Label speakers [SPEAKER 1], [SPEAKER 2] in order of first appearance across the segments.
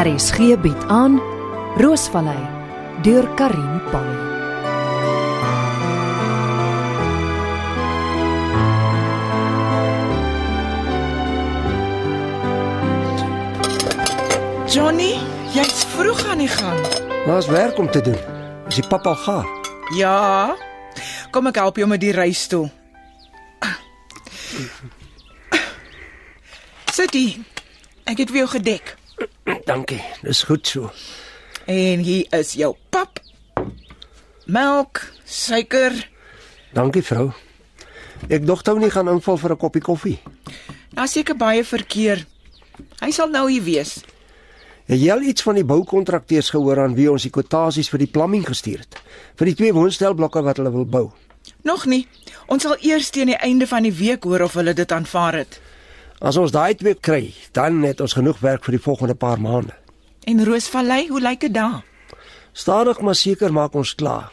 [SPEAKER 1] RSG bied aan Roosvallei deur Karin Pan.
[SPEAKER 2] Johnny, jy's vroeg aan die gang.
[SPEAKER 3] Daar's werk om te doen. Is die pap al gaar?
[SPEAKER 2] Ja. Kom ek help jou met die reistoel. Sit hier. Ek het vir jou gedek.
[SPEAKER 3] Hm, Dankie. Dis goed so.
[SPEAKER 2] En hier is jou pap. Melk, suiker.
[SPEAKER 3] Dankie, vrou. Ek dog toe nie gaan inval vir 'n koppie koffie.
[SPEAKER 2] Daar's seker baie verkeer. Hy sal nou hier wees.
[SPEAKER 3] Het jy al iets van die boukontrakteurs gehoor aan wie ons die kwotasies vir die plumbing gestuur het? Vir die twee woonstelblokke wat hulle wil bou.
[SPEAKER 2] Nog nie. Ons sal eers teen die einde van die week hoor of hulle dit aanvaar het.
[SPEAKER 3] As ons daai twee kry, dan het ons genoeg werk vir die volgende paar maande.
[SPEAKER 2] En Roosvallei, hoe lyk dit daar?
[SPEAKER 3] Stadig maar seker maak ons klaar.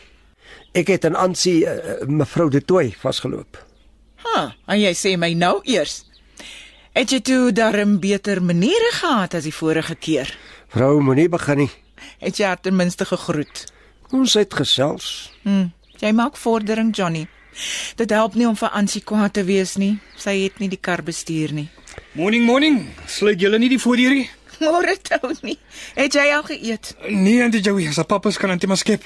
[SPEAKER 3] Ek het aan Ansie eh, eh, mevrou De Tooy vasgeloop.
[SPEAKER 2] Ha, en jy sê my nou eers. Het jy toe darm beter maniere gehad as die vorige keer?
[SPEAKER 3] Vrou moenie begin nie.
[SPEAKER 2] Het jy haar ten minste gegroet?
[SPEAKER 3] Ons het gesels.
[SPEAKER 2] Hm, jy maak vordering, Johnny. Dit help nie om vir Ansie kwaad te wees nie. Sy het nie die kar bestuur nie.
[SPEAKER 4] Morning, morning. Sluit julle nie die voordeur nie?
[SPEAKER 2] Môre toe nie. Het jy al geëet?
[SPEAKER 4] Nee, Auntie Joey, as pappa se kan net maar skep.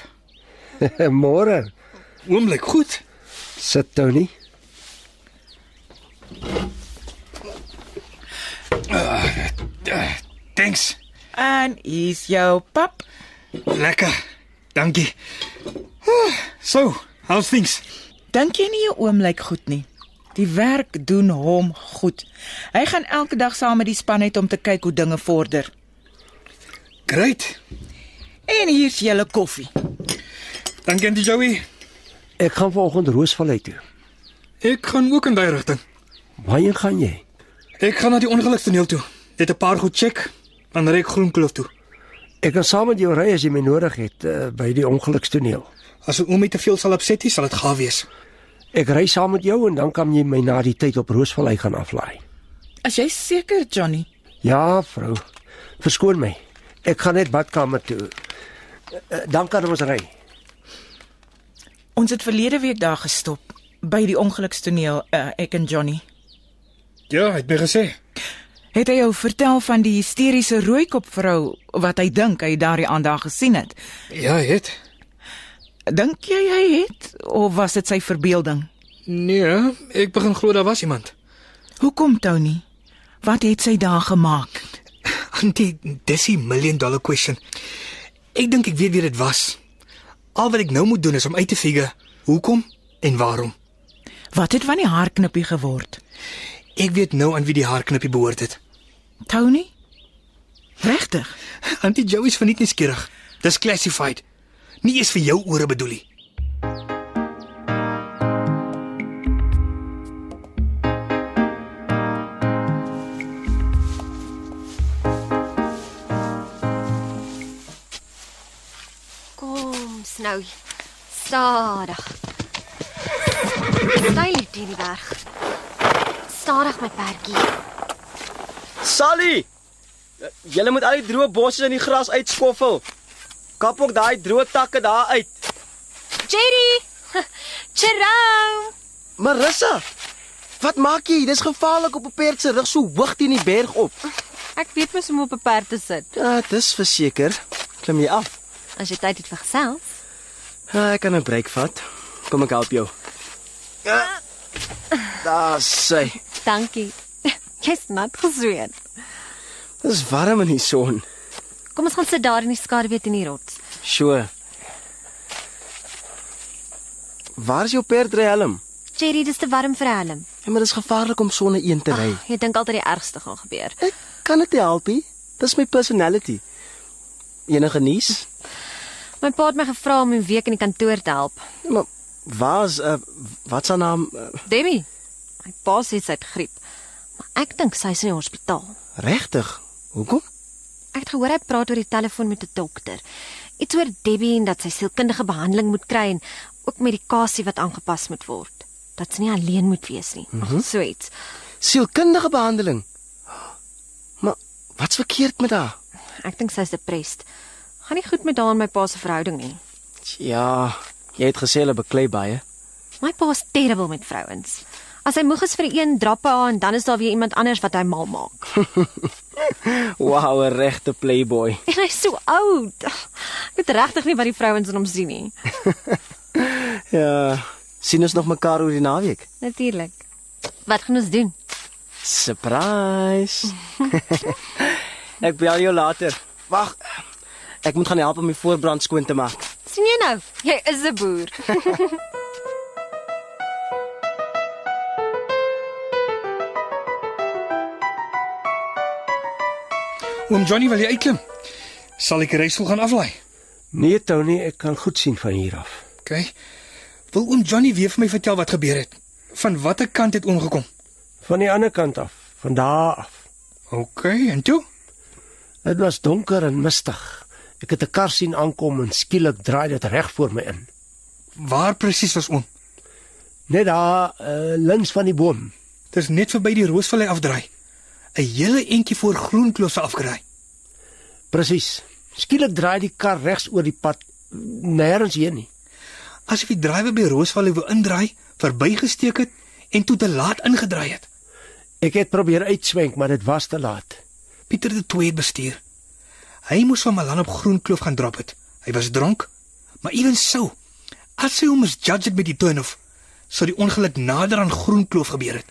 [SPEAKER 3] Môre
[SPEAKER 4] Oom lyk goed.
[SPEAKER 3] sit Tony.
[SPEAKER 4] Eh, Thanks.
[SPEAKER 2] En hier's jou pap.
[SPEAKER 4] Lekker. Dankie. Ah, So, how's things?
[SPEAKER 2] Dink jy nie jou oom lyk goed nie? Die werk doen hom goed. Hy gaan elke dag saam met die span uit om te kyk hoe dinge vorder.
[SPEAKER 4] Great.
[SPEAKER 2] En hier's julle koffie.
[SPEAKER 4] Dankie Auntie Joey.
[SPEAKER 3] Ek gaan vanoggend Roosvallei toe.
[SPEAKER 4] Ek gaan ook in daai rigting.
[SPEAKER 3] Waarheen gaan jy?
[SPEAKER 4] Ek gaan na die ongelukstoneel toe. Net 'n paar goed check, dan ry ek Groenkloof toe.
[SPEAKER 3] Ek kan saam met jou ry as jy my nodig het uh, by die ongelukstoneel.
[SPEAKER 4] As 'n oom my te veel sal opset, sal dit gaaf wees.
[SPEAKER 3] Ek ry saam met jou en dan kan jy my na die tyd op Roosvallei gaan aflaai.
[SPEAKER 2] As jy seker, Johnny.
[SPEAKER 3] Ja, vrou. Verskoon my. Ek gaan net badkamer toe. Eh, eh, Dan kan ons ry.
[SPEAKER 2] Ons het verlede week daar gestop by die ongelukstoneel, uh, ek en Johnny.
[SPEAKER 4] Ja, hy het my gesê.
[SPEAKER 2] Het hy jou vertel van die hysteriese rooikop vrou wat hy dink hy daardie aandag gesien het?
[SPEAKER 4] Ja, hy het.
[SPEAKER 2] Dink jy hy het of was dit sy verbeelding?
[SPEAKER 4] Nee, ek begin glo daar was iemand.
[SPEAKER 2] Hoekom Tony? Wat het sy daar gemaak?
[SPEAKER 4] Auntie, dis 'n million dollar question. Ek dink ek weet wie dit was. Al wat ek nou moet doen is om uit te figure hoekom en waarom.
[SPEAKER 2] Wat het van die haarknippie geword?
[SPEAKER 4] Ek weet nou aan wie die haarknippie behoort het.
[SPEAKER 2] Tony? Regtig?
[SPEAKER 4] Auntie Joey is verniet nuuskierig. Dis classified. Nie eens vir jou ore bedoel nie.
[SPEAKER 5] Kom, snou. nou, Stadig. Styl hier teen die berg. Stadig my perdjie.
[SPEAKER 6] Sally, jy moet al die droë bosse in die gras uitskoffel. Kap ook daai droë takke daar uit.
[SPEAKER 5] Jerry! Jerome!
[SPEAKER 6] Marissa, wat maak jy? Dis gevaarlik op 'n perd se rug so hoog teen die berg op.
[SPEAKER 5] Ek weet mos hoe om op 'n perd te sit.
[SPEAKER 6] Ja, dis verseker. Klim jy af?
[SPEAKER 5] As jy tyd het vir gesels.
[SPEAKER 6] Ja, ek kan 'n breek vat. Kom ek help jou. Ja. Daar sê,
[SPEAKER 5] Dankie. Jy's nat gesweet.
[SPEAKER 6] dis warm in die son.
[SPEAKER 5] Kom ons gaan sit daar in die skaduwee teen die rots.
[SPEAKER 6] Sjoe. Waar is jou perdrehelm?
[SPEAKER 5] Jerry, dis te warm vir 'n helm.
[SPEAKER 6] Ja, maar dis gevaarlik om sonder een te ry.
[SPEAKER 5] Ag, jy dink altyd die ergste gaan gebeur.
[SPEAKER 6] Ek kan dit nie help nie. Dis my personality. Enige nuus?
[SPEAKER 5] My pa het my gevra om 'n week in die kantoor te help.
[SPEAKER 6] Ja, Maar waar's uh, wat se naam uh,
[SPEAKER 5] Demi, my pa sê sy het griep, maar ek dink sy's in die hospitaal.
[SPEAKER 6] regtig? Hoekom?
[SPEAKER 5] Ek het gehoor hy praat oor die telefoon met 'n dokter. Iets oor Debbie en dat sy sielkundige behandeling moet kry en ook medikasie wat aangepas moet word. Dat sy nie alleen moet wees nie. Mm -hmm. So iets.
[SPEAKER 6] Sielkundige behandeling. Maar wat's verkeerd met haar?
[SPEAKER 5] Ek dink sy's depressed. Gaan nie goed met haar en my pa se verhouding nie.
[SPEAKER 6] Ja, jy het gesê hulle beklei baie.
[SPEAKER 5] My pa's terrible met vrouens. As hy moeg is vir een drappe haar en dan is daar weer iemand anders wat hy mal maak.
[SPEAKER 6] Wow, 'n regte playboy.
[SPEAKER 5] En hy's so oud. Ek weet regtig nie wat die vrouens in hom sien nie.
[SPEAKER 6] Ja, sien ons nog mekaar oor die naweek.
[SPEAKER 5] Natuurlik. Wat gaan ons doen?
[SPEAKER 6] Surprise. ek bel jou later. Wag. Ek moet gaan help om die voorbrand skoon te maak.
[SPEAKER 5] sien jy nou? Jy is 'n boer.
[SPEAKER 4] Oom Johnny wil jy uitklim? Sal ek die reisel gaan aflaai?
[SPEAKER 3] Nee Tony, ek kan goed sien van hier af.
[SPEAKER 4] OK. Wil oom Johnny weer vir my vertel wat gebeur het? Van watter kant het oom gekom?
[SPEAKER 3] Van die ander kant af, van daar af.
[SPEAKER 4] OK, en toe?
[SPEAKER 3] Dit was donker en mistig. Ek het 'n kar sien aankom en skielik draai dit reg voor my in.
[SPEAKER 4] Waar presies was oom?
[SPEAKER 3] Net daar uh, links van die boom.
[SPEAKER 4] Dis net verby die Roosvallei afdraai. 'n Hele entjie voor Groenkloof se afdraai.
[SPEAKER 3] Presies. Skielik draai die kar regs oor die pad nêrens heen nie.
[SPEAKER 4] Asof die drywer by Roosvallei wou indraai, verbygesteek het en toe te laat ingedraai het.
[SPEAKER 3] Ek het probeer uitswenk, maar dit was te laat.
[SPEAKER 4] Pieter de Tooy het bestuur. Hy moes van Malan op Groenkloof gaan drop het. Hy was dronk, maar ewens sou as hy hom misjudge het met die turnoff, sou die ongeluk nader aan Groenkloof gebeur het.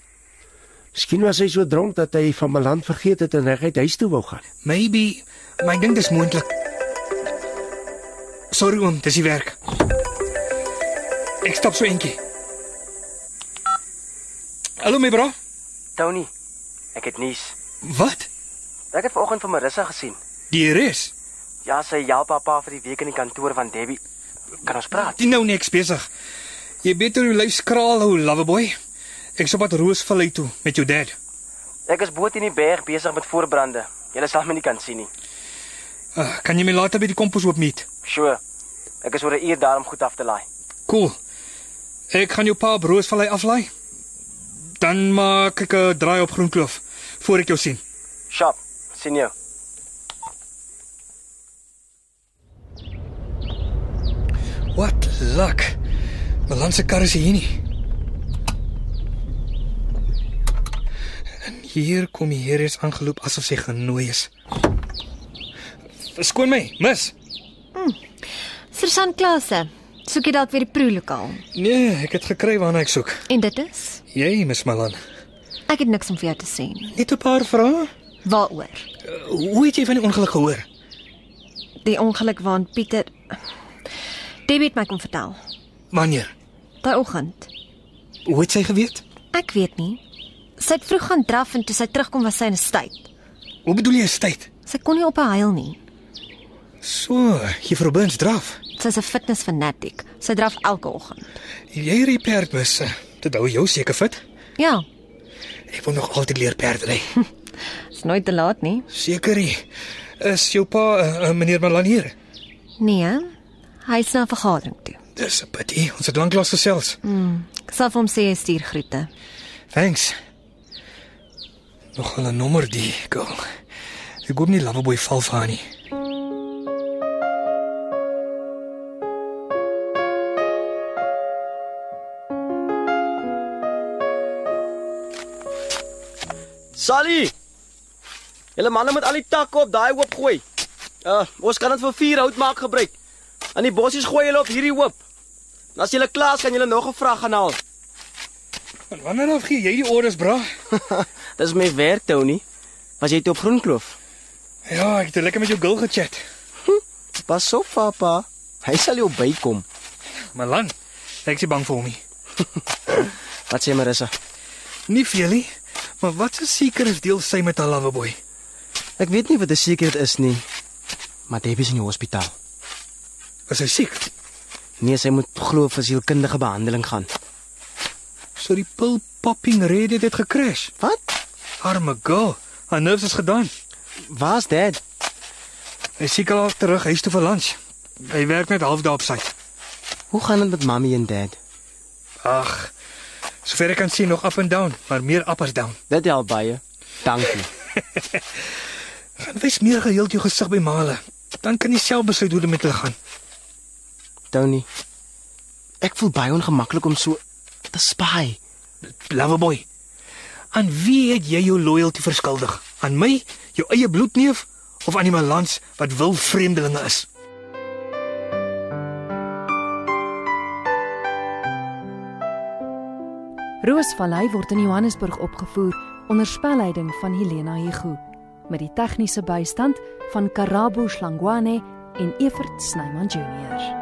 [SPEAKER 3] Miskien was hy so dronk dat hy van Malan vergeet het en reguit huis toe wou gaan.
[SPEAKER 4] Maybe, maar ek dink dis moontlik. Sorry oom, dis die werk. Ek stop so eentjie. Hallo my bro.
[SPEAKER 6] Tony, ek het nuus.
[SPEAKER 4] Wat?
[SPEAKER 6] Ek het vanoggend vir Marissa gesien.
[SPEAKER 4] Die res?
[SPEAKER 6] Ja, sy help haar pa vir die week in die kantoor van Debbie. Kan ons praat?
[SPEAKER 4] Dis nou niks besig. Jy beter jou lyf skraal hou, loveboy. Ek sop pad Roosvallei toe met jou dad.
[SPEAKER 6] Ek is bo teen die berg besig met voorbrande. Julle sal my nie kan sien nie.
[SPEAKER 4] Uh, kan jy my later by die kompos oop meet?
[SPEAKER 6] Sjoe. Ek is oor 'n uur daar om goed af te laai.
[SPEAKER 4] Cool. Ek gaan jou pa op Roosvallei aflaai. Dan maak ek 'n draai op Groenkloof voor ek jou sien.
[SPEAKER 6] Shop. Sien jou.
[SPEAKER 4] What luck. Malan se kar is hier nie. En hier kom die Here is aangeloop asof sy genooi is. Verskoon my, mis.
[SPEAKER 5] Sergeant Klase, soek jy dalk weer die proelokaal?
[SPEAKER 4] Nee, ek het gekry waarna ek soek.
[SPEAKER 5] En dit is?
[SPEAKER 4] Jy, mis Malan.
[SPEAKER 5] Ek het niks om vir jou te sê nie.
[SPEAKER 4] Net 'n paar vrae.
[SPEAKER 5] Waaroor?
[SPEAKER 4] Hoe het jy van die ongeluk gehoor?
[SPEAKER 5] Die ongeluk waarin Pieter Debbie het my kom vertel.
[SPEAKER 4] Wanneer?
[SPEAKER 5] Daai oggend.
[SPEAKER 4] Hoe het sy geweet?
[SPEAKER 5] Ek weet nie. Sy het vroeg gaan draf en toe sy terugkom was sy in 'n styt.
[SPEAKER 4] Hoe bedoel jy tyd?
[SPEAKER 5] Sy kon nie op haar huil nie.
[SPEAKER 4] So, juffrou Burns draf.
[SPEAKER 5] Sy's 'n fitness fanatiek. Sy draf elke oggend.
[SPEAKER 4] Jy ry perdbusse. Dit hou eh, jou seker fit.
[SPEAKER 5] Ja,
[SPEAKER 4] Ek wil nog altyd leer perdry.
[SPEAKER 5] is nooit te laat nie.
[SPEAKER 4] Sekerie. Is jou pa uh, uh, meneer Malan hier?
[SPEAKER 5] Nee, hy's na 'n vergadering toe.
[SPEAKER 4] Dis 'n pity. Ons het lanklaas gesels.
[SPEAKER 5] Ek sal vir hom sê hy stuur groete.
[SPEAKER 4] Thanks. Nog 'n nommer die girl. Ek hoop nie Loveboy val vir haar nie.
[SPEAKER 6] Sally. Julle manne moet al die takke op daai hoop gooi. Uh, ons kan dit vir vuur hout maak gebruik. Aan die bossies gooi julle op hierdie hoop. En as julle klaar is, kan julle nog 'n vraag gaan haal.
[SPEAKER 4] En wanneer af gee jy die orders, bra?
[SPEAKER 6] Dis my werk, Tony. Was jy toe op Groenkloof?
[SPEAKER 4] Ja, ek het lekker met jou girl gechat.
[SPEAKER 6] Pas op, papa. Hy sal jou bykom.
[SPEAKER 4] Malan, ek is nie bang vir hom nie.
[SPEAKER 6] Wat sê Marissa?
[SPEAKER 4] Nie veel nie, maar wat se seker is deel sy met haar loveboy.
[SPEAKER 6] Ek weet nie wat 'n sekerheid is nie. Maar Debbie is in die hospitaal.
[SPEAKER 4] Was hy siek?
[SPEAKER 6] Nee, sy moet glo vir sielkundige behandeling gaan.
[SPEAKER 4] So die pil popping red het dit gekrash.
[SPEAKER 6] Wat?
[SPEAKER 4] Arme girl, haar nerves is gedaan.
[SPEAKER 6] Waar's dit?
[SPEAKER 4] Hy is seker al terug huis toe vir lunch. Hy werk net half daarop sy.
[SPEAKER 6] Hoe gaan dit met mami en dad?
[SPEAKER 4] Ag. Sover ek kan sien nog up and down, maar meer up as down.
[SPEAKER 6] Dit help baie. Dankie.
[SPEAKER 4] Wys meer geheeld jou gesig by Male. Dan kan jy self besluit hoe dit met hulle gaan.
[SPEAKER 6] Tony. Ek voel baie ongemaklik om so te spy.
[SPEAKER 4] Loveboy. Aan wie het jy jou loyalty verskuldig? Aan my, jou eie bloedneef of aan die malans wat wil vreemdelinge is?
[SPEAKER 1] Roosvallei word in Johannesburg opgevoer onder spelleiding van Helena Hugo met die tegniese bystand van Karabo Slangwane en Evert Snyman Junior.